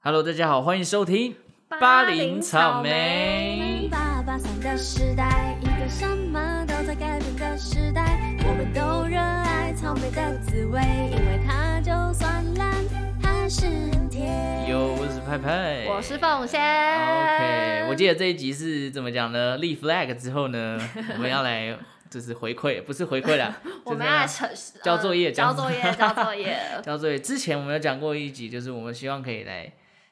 Hello，大家好，欢迎收听巴零林草草莓莓。八八三的时代，一个什么都在改变的时代，我们都热爱草莓的滋味，因为它就算烂，还是很甜。哟，我是派派，我是凤仙。 OK，我记得这一集是怎么讲呢？立 flag 之后 呢，我们要来就是回馈，不是回馈啦，我就是们要要来诚实交作业呃交交作 业，交作业。叫做之前我们有讲过一集，就是我们希望可以来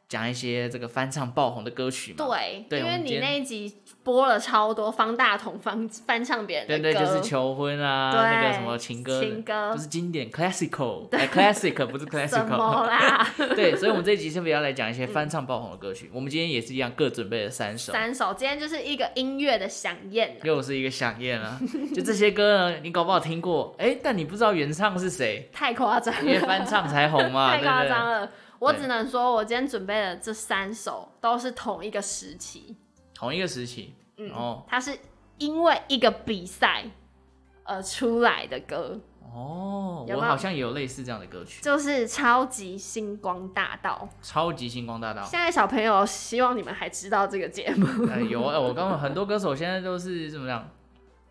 讲一些这个翻唱爆红的歌曲嘛。对，对因我为们你今天那一集播了超多方大同翻翻唱别人的对歌，对，就是求婚啊，对那个什么情歌的，情歌就是经典 classical，哎 classic 不是什 classical，么嗯啦？对，所以我们这一集特别要来讲一些翻唱爆红的歌曲。我们今天也是一样，各准备了三首，三首，今天就是一个音乐的响宴啊。又是一个响宴 啊。就这些歌呢，你搞不好听过，哎，但你不知道原唱是谁，太夸张了，因为翻唱才红嘛，啊 太对不夸对？张了。我只能说，我今天准备的这三首都是同一个时期，同一个时期，嗯，哦它是因为一个比赛而出来的歌，哦，有我没有好像也有类似这样的歌曲，就是《超级星光大道《超级星光大道》》。现在小朋友，希望你们还知道这个节目。哎，有啊，我刚刚很多歌手现在都是怎么讲？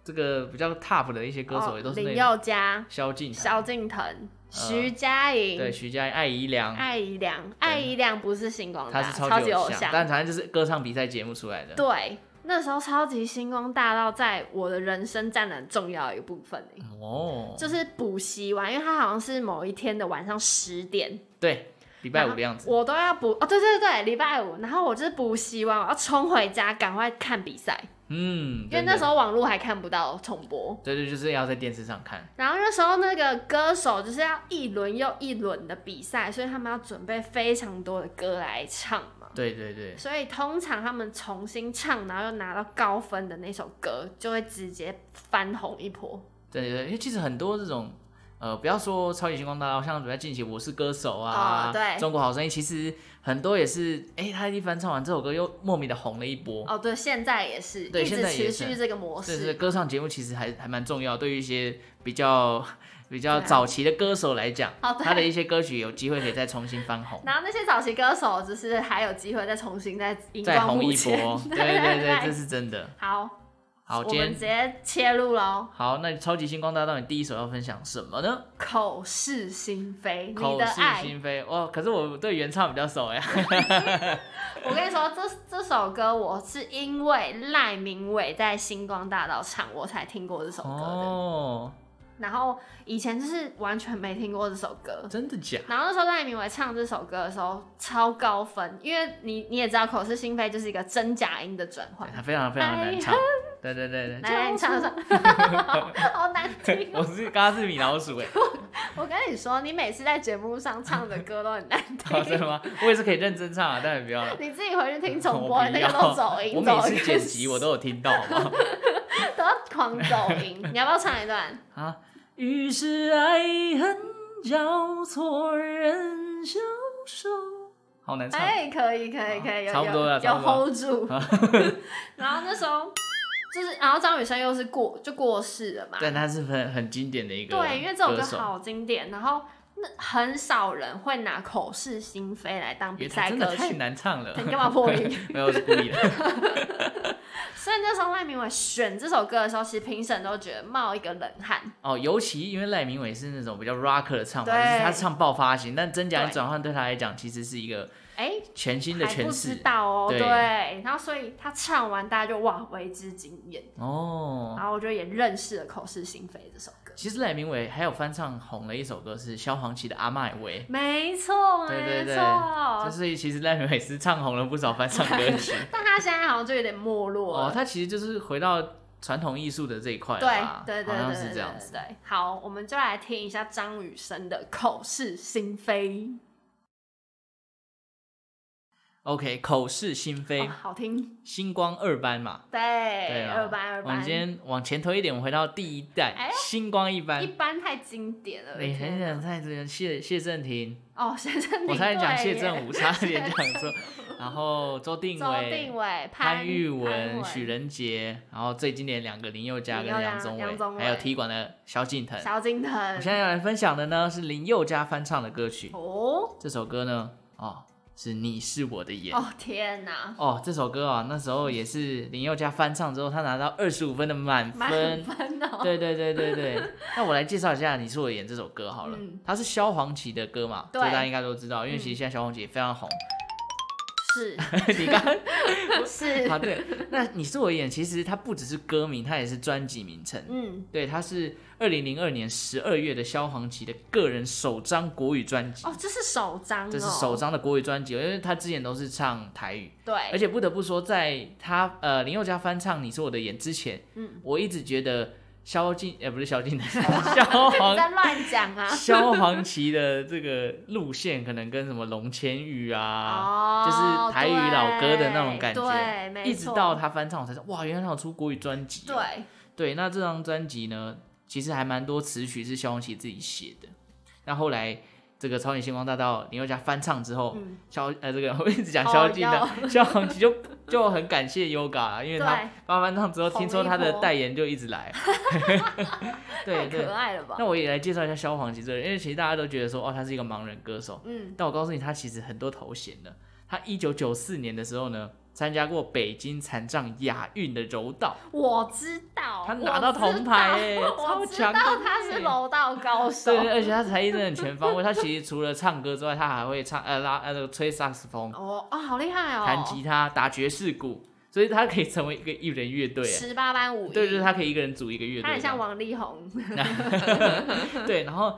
这个比较 top 的一些歌手也都是那哦林种宥嘉、萧敬腾、萧敬腾、徐佳呃对莹、徐佳莹、艾怡良，艾怡良。艾怡良不是星光他大道，是超级偶像，但反正就是歌唱比赛节目出来的。对，那时候《超级星光大道》在我的人生占了很重要的一部分、欸哦，就是补习完，因为它好像是某一天的晚上十点，对，礼拜五的样子。我都要补哦，对对对，礼拜五，然后我就是补习完，我要冲回家，赶快看比赛，嗯，因为真的那时，候网络还看不到重播。对对，就是要在电视上看。然后那时候那个歌手就是要一轮又一轮的比赛，所以他们要准备非常多的歌来唱嘛。对对对，所以通常他们重新唱，然后又拿到高分的那首歌，就会直接翻红一波。对对对，因为其实很多这种。呃，不要说超级星光大道，像比较近期《我是歌手》啊，哦对中国好声音》，其实很多也是，哎、他一翻唱完这首歌，又莫名的红了一波。哦，对，现在也是对一现直在也持是续这个模对对，式。歌唱节目其实还还蛮重要，对于一些比较 比较对啊早期的歌手来讲，哦对他的一些歌曲有机会可以再重新翻 红，然后那些早期歌手就是还有机会再重新再荧再光红幕一前波。。 对对对对， 这是真的。好，好，我今们天直接切入喽。好，那超级星光大道，你第一首要分享什么呢？口是心非，你口的是爱。心非哦，可是我对原唱比较 熟呀。哎我跟你说，这这首歌我是因为赖明伟在星光大道唱，我才听过这首歌的。哦，然后以前就是完全没听过这首歌。真的假？然后那时候赖明伟唱这首歌的时候超高分，因为你你也知道口是心非就是一个真假音的转换对。他非常非常难唱哎。对对对 对，来来，你唱唱， 好难听 我哦！是刚刚是米老 鼠哎，我跟你说，你每次在节目上唱的歌都很难哦真听，的吗？我也是可以认真唱啊，但也不要了。你自己回去听我重播，不那要个都走音，我每走音次剪辑我都有听到，好不好？ 都要狂走 音。你要不要唱一段？啊，于是爱恨交错，人消瘦，好难唱。哎，可以，可好以，可以，有差不多了有差有不多 hold 住。 然后那时候就是，然后张雨生又是过就过世了嘛，但它是很很经典的一个对，因为这首歌手，好经典，然后那很少人会拿口是心非来当因为比它赛真的歌太曲。难唱了。你干嘛破音？ 没有，我是故意的。所以那时候赖明伟选这首歌的时候，其实评审都觉得冒一个冷汗。哦，尤其因为赖明伟是那种比较 rock 的唱法，对就是他唱爆发型，但真假音对转换对他来讲其实是一个哎，全新的还诠不知释。道哦，对对。然后所以他唱完，大家就哇为之惊艳。哦，然后我就也认识了《口是心非》这首歌。其实赖明伟还有翻唱红了一首歌是萧煌奇的《阿麦维》。没错，对对没对就错。是其实赖明伟是唱红了不少翻唱歌 曲但他现在好像就有点没落哦，了。他其实就是回到传统艺术的这一块了对吧，对对好像对对是对这样子。对。对好，我们就来听一下张雨生的《口是心非》， OK，口是心非哦，好听。星光二班嘛，对，对啊二班二我们班，今天往前推一点，我们回到第一代哎星光一一班。班太经典了。你哎很天想哪太这个谢谢振廷，哦，谢振我差点讲谢振振武，差点讲错。然后周定周伟定、伟、潘玉玉文、许、仁杰，然后最经典两个林宥嘉跟林宥嘉杨宗杨宗纬，纬还有踢馆的萧敬腾。萧敬腾我。现在要来分享的呢是林宥嘉翻唱的歌曲，哦，这首歌呢，哦，是你是我的眼。哦天哪，哦，这首歌啊，那时候也是林宥嘉翻唱之后，他拿到二十五分的满满分。分哦。对对对对 对，那我来介绍一下《你是我的眼》这首歌好了，嗯它是萧煌奇的歌嘛，这对嗯大家应该都知道，因为其实现在萧煌奇也非常 红。是 你刚 是，啊，对，那《你是我的眼》其实它不只是歌名，它也是专辑名称。嗯，对，它是二零零二年十二月的萧煌奇的个人首张国语专辑，哦，这是首张、哦，这是首，张的国语专辑，因为他之前都是唱台语，对，而且不得不说，在他呃林宥嘉翻唱《你是我的眼》之前，嗯，我一直觉得萧敬呃不是萧敬 腾，萧你煌，在乱讲 啊萧煌奇的这个路线可能跟什么龙千羽啊。哦，就是台语老歌的那种感觉对，没错，一直到他翻唱，我才知道哇，原来他有出国语专辑哦。对，对，那这张专辑呢，其实还蛮多词曲是萧煌奇自己写的。那后来这个《超级星光大道》林宥嘉翻唱之后，嗯，萧、呃这个 我一直讲哦萧敬要腾， 萧煌奇就就很感谢 Yoga，啊因为他对帮他翻唱之后，红听说了一他的波代言就一直 来。对太对可，爱了吧那，我也来介绍一下萧煌奇这个人，因为其实大家都觉得说哦，他是一个盲人歌手，嗯，但我告诉你，他其实很多头衔的。他一九九四年的时候呢，参加过北京残障亚运的柔 道。我知道，他我拿到知铜牌道欸 超我知强的道他是欸柔道高手对，，对而且他才艺真的很全方位。他其实除了唱歌之外，他还会唱呃拉呃那个吹萨克斯风、哦哦，好厉害哦，弹吉他、打爵士鼓，所以他可以成为一个艺人乐队。哎十八班舞，对对，他可以一个人组一个乐队这他样。很像王力宏，对，然后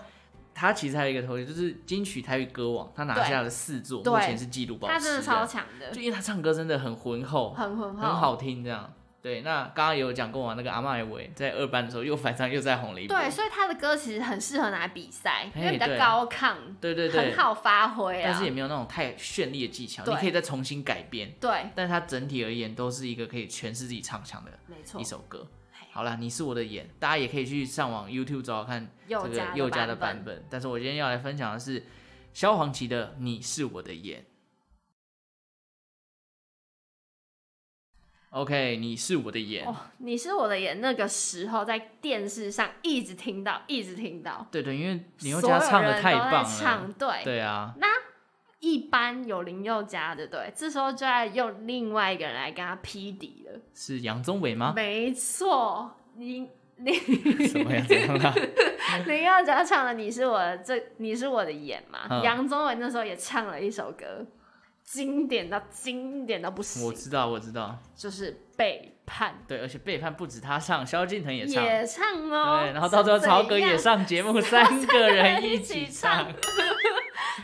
他其实还有一个头衔，就是金曲台语歌王，他拿对下了四座，对目前是纪录保持。他真的超，强的啊就，因为他唱歌真的很浑厚，很很很好听这样。对，那刚刚也有讲过嘛，那个阿麦维在二班的时候又反上又再红了一波。对，所以他的歌其实很适合拿来比赛，因为嘿比较对高亢，对对对很好发挥啊。但是也没有那种太绚丽的技巧，你对可以再重新改编。对，但它整体而言都是一个可以诠释自己唱腔的没错一，首歌。好啦，你是我的眼，大家也可以去上网 YouTube 找找看这佑个嘉佑嘉的的版本。本。但是我今天要来分享的是萧煌奇的《你是我的眼》。OK，你是我的眼。哦，你是我的眼，那个时候在电视上一直听到，一直听到，对对，因为林宥所嘉有唱的人太都在棒唱了。对，对啊，一般有林宥嘉的，对，这时候就要用另外一个人来跟他匹敌了。是杨宗纬吗？没错，林林啊什么呀？怎样啦？ 林宥嘉唱的《你是我的这你是我的眼》嘛，嗯杨宗纬那时候也唱了一首歌，经典到经典到 不我行，知道，我知道。就是《背叛对，而且背叛不止他唱，萧敬腾》也唱。也唱哦，对，然后到最后曹格也是怎样。上节目， 三个人一一起起唱。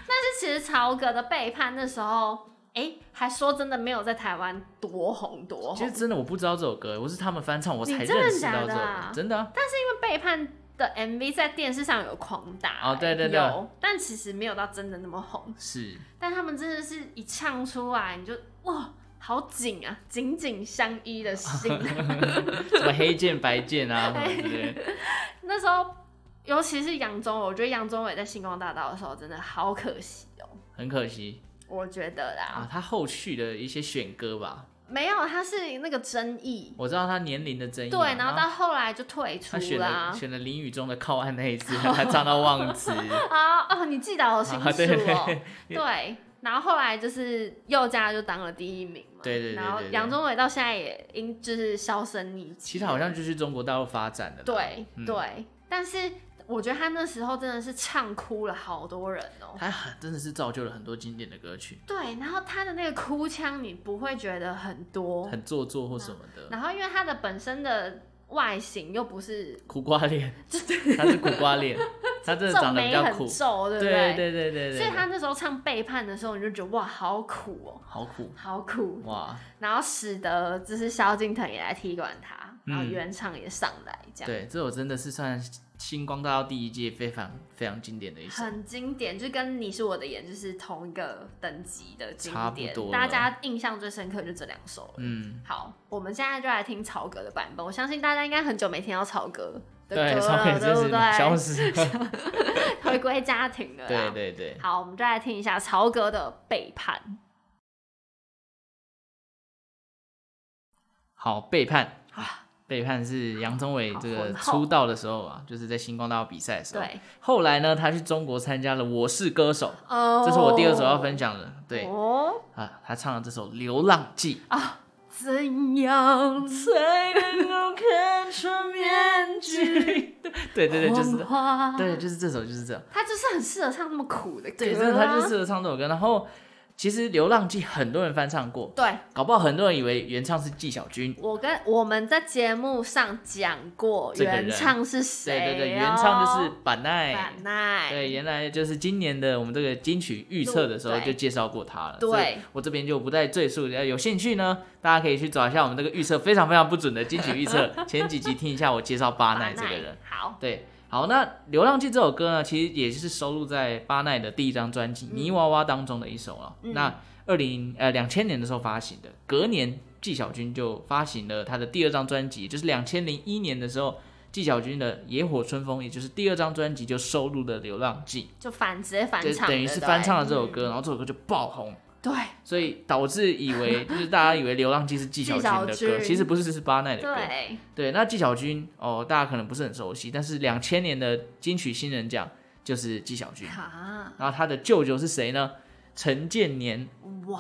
但是其实曹格的《背叛》那时候，哎，还说真的没有在台湾多红多其红，实因真的我不知道这首歌，我是他们翻唱我才你真的认识假到这的首啊歌，真的啊。为《背叛》的 MV 在电视上有狂打哦对对对有，但其实没有到真的那么红。是，但他们真的是一唱出来，你就哇，好紧啊，紧紧相依 的心。什么黑键白键啊什么之类的。那时候，尤其是杨宗纬，我觉得杨宗纬在星光大道的时候真的好可惜哦，很可惜我觉得啊啦，，他后续的一些选歌吧，没有，他是那个争议，我知道他年龄的争议嘛。对，然后到后来就退出他选了啦。选了林宇中的《靠岸》那一次，他唱到忘词。啊哦，你记得好清楚哦，啊对 对对然后后来就是佑嘉就当了第一名嘛，对对对对然后对杨宗纬到现在也因就是销声匿迹了，其实好像就去中国大陆发展的。对、嗯对，但是我觉得他那时候真的是唱哭了好多人哦、他很真的是造就了很多经典的歌曲，对，然后他的那个哭腔你不会觉得很多，很做作或什么的，然后因为他的本身的外形又不是苦瓜 脸，他是苦瓜脸，他真的皱长得比眉较很苦。皱，对不对对对对对对，所以他那时候唱背叛的时候，你就觉得哇，好苦哦、好苦好苦。哇！然后使得就是萧敬腾也来踢馆他，然后嗯原唱也上来，这样、对，这首真的是算星光大道第一届非常非常经典的一首。很经典，就跟你是我的眼就是同一个等级的经差不典多，了大家印象最深刻就这两首了。嗯，好，我们现在就来听曹格的版本。我相信大家应该很久没听到曹格的歌对，超美 了，真对不 是消对？失。 回归家庭了啦。对对对，好，我们就来听一下曹格的《背叛》。好背叛，啊，背叛是杨宗纬这好个浑厚出道的时候啊，就是在星光大道比赛的时候。对，后来呢，他去中国参加了《我是歌手》，哦这是我第二首要分享的。对哦，啊，他唱了这首《流浪记》。怎样才能够看穿面具。对对对，就是风花，对，就是这首，就是这首。他就是很适合唱那么苦的歌啊、对，真的，他就适合唱这首歌。然后，其实《流浪记》很多人翻唱过，对。搞不好很多人以为原唱是纪晓君。我跟我们在节目上讲过，这个人原唱是对谁、啊对对，原唱就是哎板奈板。奈。对，原来就是今年的我们这个金曲预测的时候对就介绍过他了，对所以我这边就不再赘述。呃，有兴趣呢，大家可以去找一下我们这个预测非常非常不准的金曲预 测，前几集听一下我介绍巴巴奈这个人。。好，对，好，那《流浪记》这首歌呢，其实也是收录在巴奈的第一张专辑《泥娃娃》当中的一首了。嗯那二零呃两千年的时候发行的，隔年纪晓君就发行了他的第二张专辑，就是两千零一年的时候，纪晓君的《野火春风》，也就是第二张专辑就收录了《流浪记就翻直接》，翻就唱的，等于是对翻唱了这首歌，然后这首歌就爆红。对所以导致以为就是大家以为《流浪记》是纪晓君的纪歌晓，君其实不是，是巴奈的歌。对，对，那纪晓君哦，大家可能不是很熟悉，但是两千年的金曲新人奖就是纪晓君。啊，然后他的舅舅是谁呢？陈建年，哇，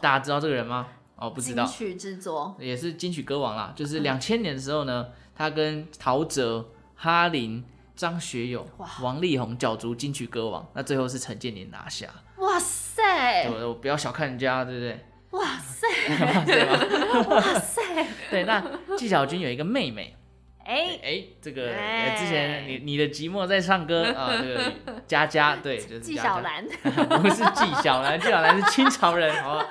大家知道这个人吗？哦，不知道金，曲嗯之作，也是金曲歌王啦。就是两千年的时候呢，他跟陶喆、哈林、张学友、王力宏角逐金曲歌王，那最后是陈建年拿下。哇塞，我我不要小看人家，对不对？ 哇塞，对吧？哇 塞，对，那纪晓君有一个妹妹，哎，哎，这个哎呃之前你你的寂寞在唱歌啊，这个佳佳，对，就是纪佳晓佳，岚， 不是纪晓岚，纪晓岚是清朝人，好吧？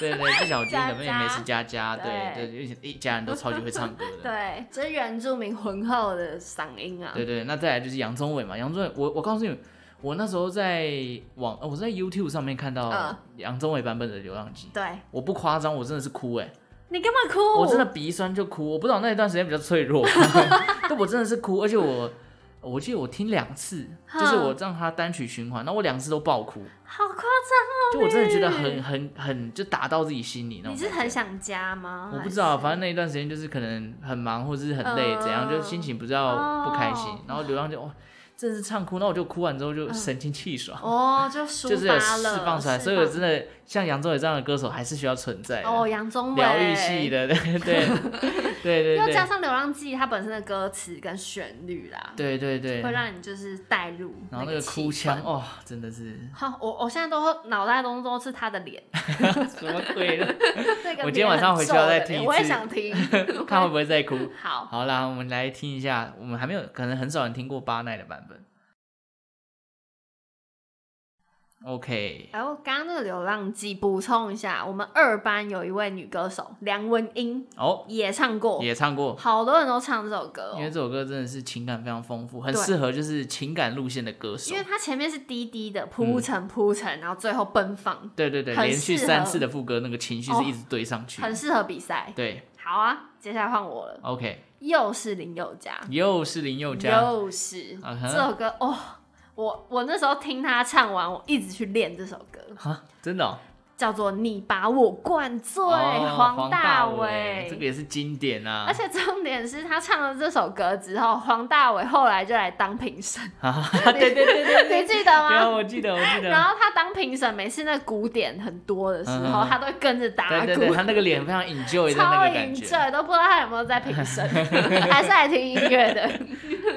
对对，纪晓君的妹佳妹佳是佳佳，对对对，一一家人都超级会唱歌的。 对，啊这是原住民浑厚的嗓音啊对，对，那再来就是杨宗纬嘛，杨宗纬，我我告诉你，我那时候在网，呃我在 YouTube 上面看到嗯杨宗纬版本的《流浪记》，对，我不夸张，我真的是哭哎、你干嘛哭？我真的鼻酸就哭，我不知道那一段时间比较脆 弱，但我真的是哭，而且我我记得我听两次，哼就是我让他单曲循环，那我两次都爆哭，好夸张就我真的觉得很很很就打到自己心里那哦！种你感觉。是很想家吗？我不知道，还是反正那一段时间就是可能很忙或者是很累，嗯怎样就心情比较不开心，哦嗯然后流浪就哇、真的是唱哭，那我就哭完之后就神清气爽。哦，就抒就是有发了，释放出来，释所以我放真的像杨宗纬这样的歌手还是需要存在的哦，杨宗纬疗愈系，的，对对对对又对，加上《流浪记》它本身的歌词跟旋律啦，对对对，会让你就是带入，然后那个个哭气腔，氛。哦，真的 是好，我我现在都脑袋中都是他的 脸，什么鬼 呢？那我个脸今天晚上很回去皱要的再听脸一我也次想听。 看会不会再哭？ 好，好啦，我们来听一下，我们还没有，可能很少人听过巴奈的版本。OK，然后刚刚那个《流浪记》补充一下，我们二班有一位女歌手梁文音哦，也唱过，也唱过，好多人都唱这首歌、哦，因为这首歌真的是情感非常丰富，很对适合就是情感路线的歌手因。为它前面是低低的嗯铺陈铺陈，然后最后奔放，对对对，很连续适三合哦次的副歌，那个情绪是一直堆上去。很适合比赛。对好啊，接下来换我了， ，OK，又是林宥嘉，又是林宥嘉，又是嗯哼这首歌哦。我我那时候听他唱完，我一直去练这首歌，哈，真的哦，叫做《你把我灌醉》，哦黄大炜这个也是经典啊而。且重点是他唱了这首歌之后，黄大炜后来就来当评审， 啊，对对对对对，你记 得对啊，吗？我记 得我记得。然后他当评审，每次那鼓点很多的时候，嗯嗯嗯他都会跟着打鼓，对对对，他那个脸非常 enjoy 的那超个感淫觉，醉，都不知道他有没有在评 审，还是来听音乐的。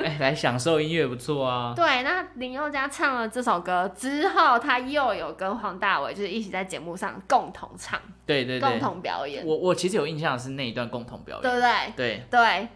哎，来享受音乐不错啊。对，那林宥嘉唱了这首歌之后，他又有跟黄大炜就是一起在节目上共同唱、对对共对，同表演，我我其实有印象的是那一段共同表对演，不对？对对，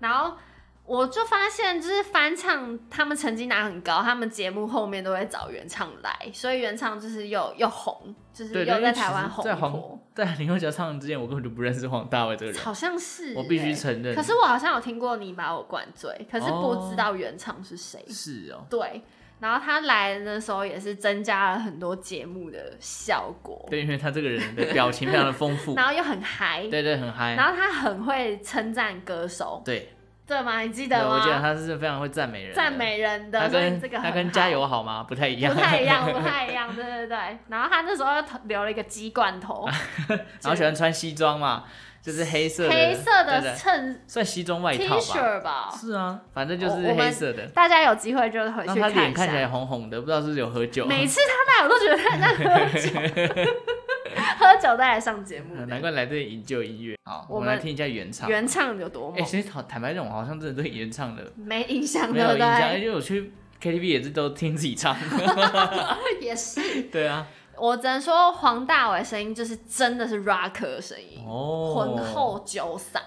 然后我就发现，就是翻唱他们成绩拿很高，他们节目后面都会找原唱来，所以原唱就是又又红，就是对对，又因为在其实台湾红在一黄波，在林宥嘉唱之前，我根本就不认识黄大炜这个人，好像是、我必须欸承认。可是我好像有听过你把我灌醉，可是不哦知道原唱是谁。是哦，对，然后他来的时候也是增加了很多节目的效果，对，因为他这个人的表情非 常的丰富，然后又很嗨，对对，很嗨，然后他很会称赞歌手，对对吗？你记对，得吗？我记得他是非常会赞美人的，赞美人的，他所以跟这个他很跟好加油好吗？不太一样，不太一样，不太一样，对对对。然后他那时候又投留了一个鸡冠头， 然后喜欢穿西装嘛，就是黑色的黑色啊对的对衬算西装外 T 套吧。恤吧，是啊，反正就我是我们黑色的。大家有机会就回然去后他脸一看起来下。红红的，不知道是不是有喝酒。每次他来，我都觉得他很像喝酒， 喝酒再来上节目嗯 的，难怪来这里营救音乐。好，我我们们来听一下原唱。原唱有多哎，猛，其实坦坦白讲，我好像真的对原唱的没印象，没对有不印象，哎对？因为我去 KTV 也是都听自己 唱。哎也是，对啊，我只能说黄大炜声音就是真的是 rock 的声音，哦浑厚酒嗓，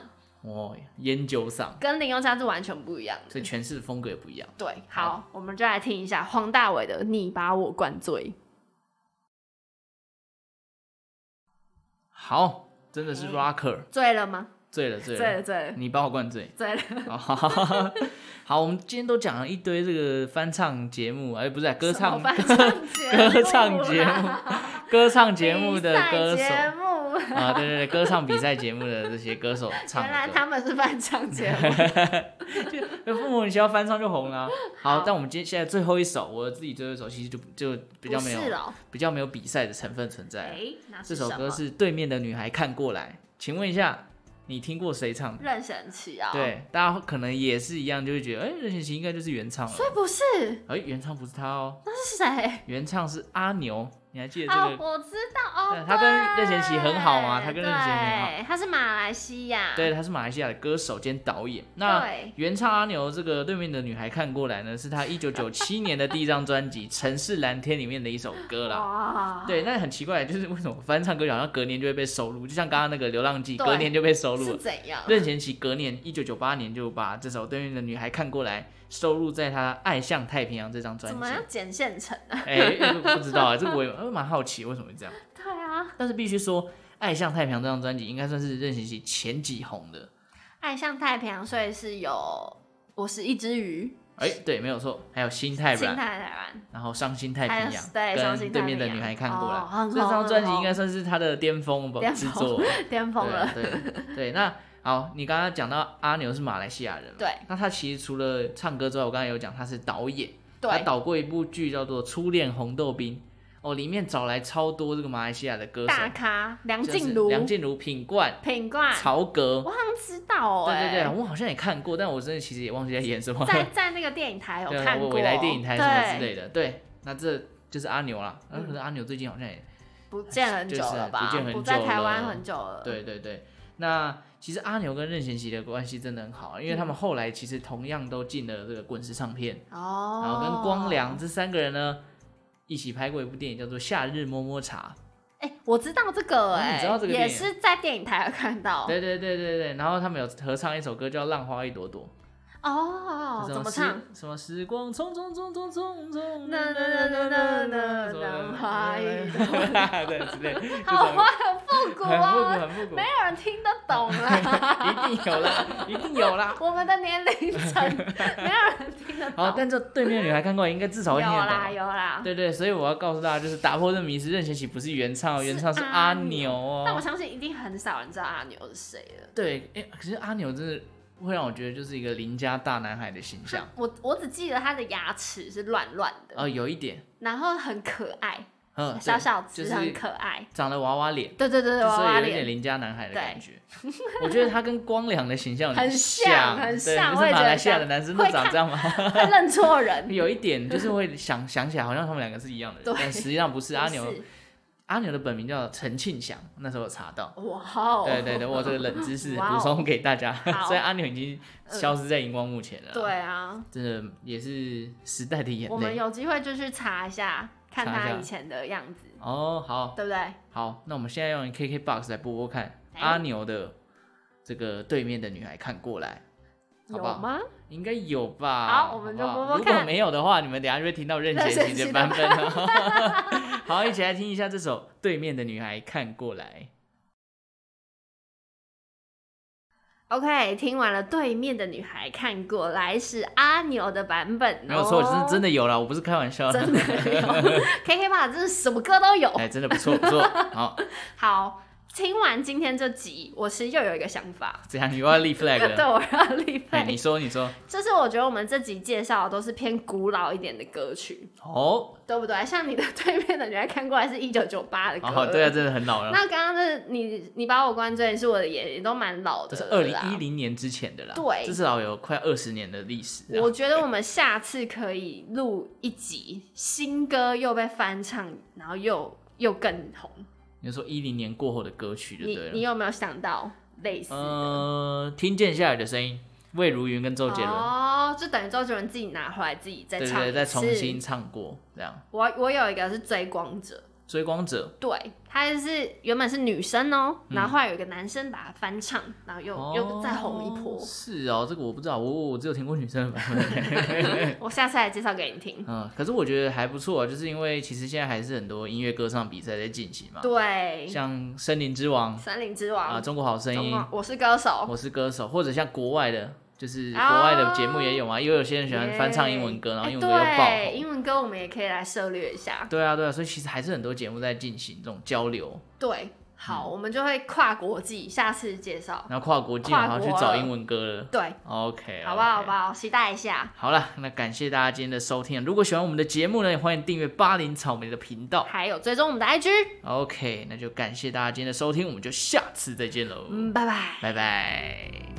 哦，烟酒嗓，跟林宥嘉是完全不一样的。所以诠释风格也不一样。对，好，我们就来听一下黄大炜的《你把我灌醉好，真的是 rocker，》，醉了吗？醉了醉嗯醉了，了，醉了，你把我灌醉。哦醉了。好好好 好好，我们今天都讲了一堆这个翻唱节目，哎、不是啊、歌唱翻歌歌唱唱节节目 目啦歌唱节目的歌比手赛节目，啊，对对对，歌唱比赛节目的这些歌手唱原来的歌，他们是翻唱节目。那父母你需要翻唱就红了啊、好，好但我们今天现在最后一首，我自己最后一首其实就就 比较没有不是哦，比较没有比赛的成分存在了。哎，那这是首什歌么是对面的女孩看过来，请问一下，你听过谁唱的？任贤齐啊，，对，大家可能也是一样，就会觉得，哎、任贤齐应该就是原唱了。所以不是，哎、原唱不是他哦，那是谁？原唱是阿牛，你还记得这哦，个？我知道哦对，他跟对任贤齐很好啊嘛他跟任贤齐很好对他是马来西亚，对，他是马来西亚的歌手兼导演。那对，原唱阿牛这个对面的女孩看过来呢，是他一九九七年的第一张专辑《城市蓝天》里面的一首歌哦啦。哇，对，那很奇怪，就是为什么翻唱歌曲好像隔年就会被收录，就像刚刚那个《流浪记》，对隔年就被收录是了。怎样？任贤齐隔年一九九八年就把这首《对面的女孩看过来》收录在他《爱向太平洋》这张专怎辑么。样剪现成啊？哎、不知道啊，这个我也呃蛮好奇为什么会这样。对啊，但是必须说，《爱像太平洋》这张专辑应该算是任贤齐前几红的。爱上太平洋，所以是有我是一只鱼，哎、对，没有错。还有《心太心软》，态台湾，然后《伤心太平洋》还有对伤心跟对面的太平洋女孩看过来，哦很红这张专辑很红应该算是他的巅峰吧巅制峰作。 巅峰了，对对对，那好，你刚刚讲到阿牛是马来西亚人嘛，对那他其实除了唱歌之外，我刚才有讲他是导演，他对，导过一部剧叫做《初恋红豆冰》，哦，里面找来超多这个马来西亚的歌手，大咖梁就是静茹、啊梁静茹、品冠、品冠，曹格，我好像知道对哎，对对，我好像也看过，但我真的其实也忘记在演什么。在在那个电影台有对，看过，未来电影台什么之对，类的。对，那这就是阿牛啦。那嗯可是阿牛最近好像也不见很久了吧？就是不见很久了在台湾很久了，对对对。那其实阿牛跟任贤齐的关系真的很好，因为他嗯们后来其实同样都进了这个滚石唱片，哦，然后跟光良，这三个人呢一起拍过一部电影叫做《夏日么么茶哎，我知道这个哦哎，你知道这个电也影是在电影台有看》。到，对对对对对，然后他们有合唱一首歌叫《浪花一朵朵》，哦，什怎么时唱？？什么时光匆匆匆匆匆匆，呐呐呐呐呐浪花一朵 对，之类，这好种啊，很复古很复古，啊，很复古，没有人听得懂 啊。 一定有 啦，一定有啦。我们的年龄层 没有人听得好，懂。但这对面的女孩看过来，应该至少有会听得啦懂。有啦，对对，所以我要告诉大家，就是打破这迷思，任贤齐不是原 唱哦，原唱是阿牛但啊我哦。相信一定很少人知道阿牛是谁了。对，哎，可是阿牛真的会让我觉得就是一个邻家大男孩的形 象我我只记得他的牙齿是乱乱的，哦，有一点，然后很可爱，嗯，对小小只就是很可爱。长了娃娃脸，对对对对，娃所以娃有一点脸邻家男孩的感 觉。我觉得他跟光良的形象有点很像，像很对像不我是也马觉得来西亚的像男生都会长看这样吗？ 会认错人，有一点就是会想想起来，好像他们两个是一样的人对，但实际上不 不是。阿牛 是阿牛的本名叫陈庆祥，那时候有查到。哇哦，对对对，我 这个冷知识哇补哦充给大家。好所以阿牛已经消失在荧光幕前了。对，啊，真的也是时代的眼我们泪。有机会就去查一下，看查一他下以前的样子，哦，好对不对？好，那我们现在用 KKBOX 来播播看哎阿牛的这个对面的女孩看过来，好有不好？吗？应该有吧。好我们不好就播播如果看没有的话，你们等一下就会听到任任贤贤齐的齐的版本 哦。好，一起来听一下这首《对面的女孩看过来》。哦 OK，听完了对面的女孩看过来是阿牛的版本、哦，没有错，是真的的有了，我不是开玩笑。 真的有 KK 吧，这是什么歌都有。哎 哎，真的不错不错。好，好，听完今天这集，我其实又有一个想法，怎样？你又要立 flag 对了？我要立哎，你 flag，说，你说，就是我觉得我们这集介绍的都是偏古老一点的歌曲，哦，对不对？像你的对面的人看过来是一九九八的歌，哦，对啊，真的很老了，那刚刚这你你把我关注，也是我的眼也都蛮老这是的了哦二零啦一。零年之前的啦，对至少有快二十年的历史啊。我觉得我们下次可以录一集新歌又被翻唱，然后又又更红。你说一零年过后的歌曲就你对啊你了。有没有想到类似的？呃，听见下雨的声音，魏如云跟周杰伦，哦，就等于周杰伦自己拿回来自己再对对唱一对，次。再重新唱过这样。我我有一个是追光者，追光者对，她就是原本是女生哦、嗯然后后来有一个男生把她翻唱，然后又、又再红一波哦。是哦，这个我不知道，我我只有听过女生的版本。 哎我下次来介绍给你听。嗯，可是我觉得还不错啊，就是因为其实现在还是很多音乐歌唱比赛在进行嘛，对，像《森林之王》森林之王啊，《中国好声中音国》，我是歌手，我是歌手，或者像国外的，就是国啊外的节目也有嘛，因为有些人喜欢翻唱英文歌，然后英文歌又爆哎对红。英文歌我们也可以来涉略一下。对啊，对啊，所以其实还是很多节目在进行这种交流，对，好，嗯我们就会跨国际，下次介绍。然后跨国际，跨然后去国找了英文歌了。对， OK，好不好？好不好？期待一下。好了，那感谢大家今天的收听。如果喜欢我们的节目呢，也欢迎订阅巴林草莓的频道。还有追踪我们的 IG，嗯 OK，那就感谢大家今天的收听，我们就下次再见喽，嗯，拜拜。拜拜。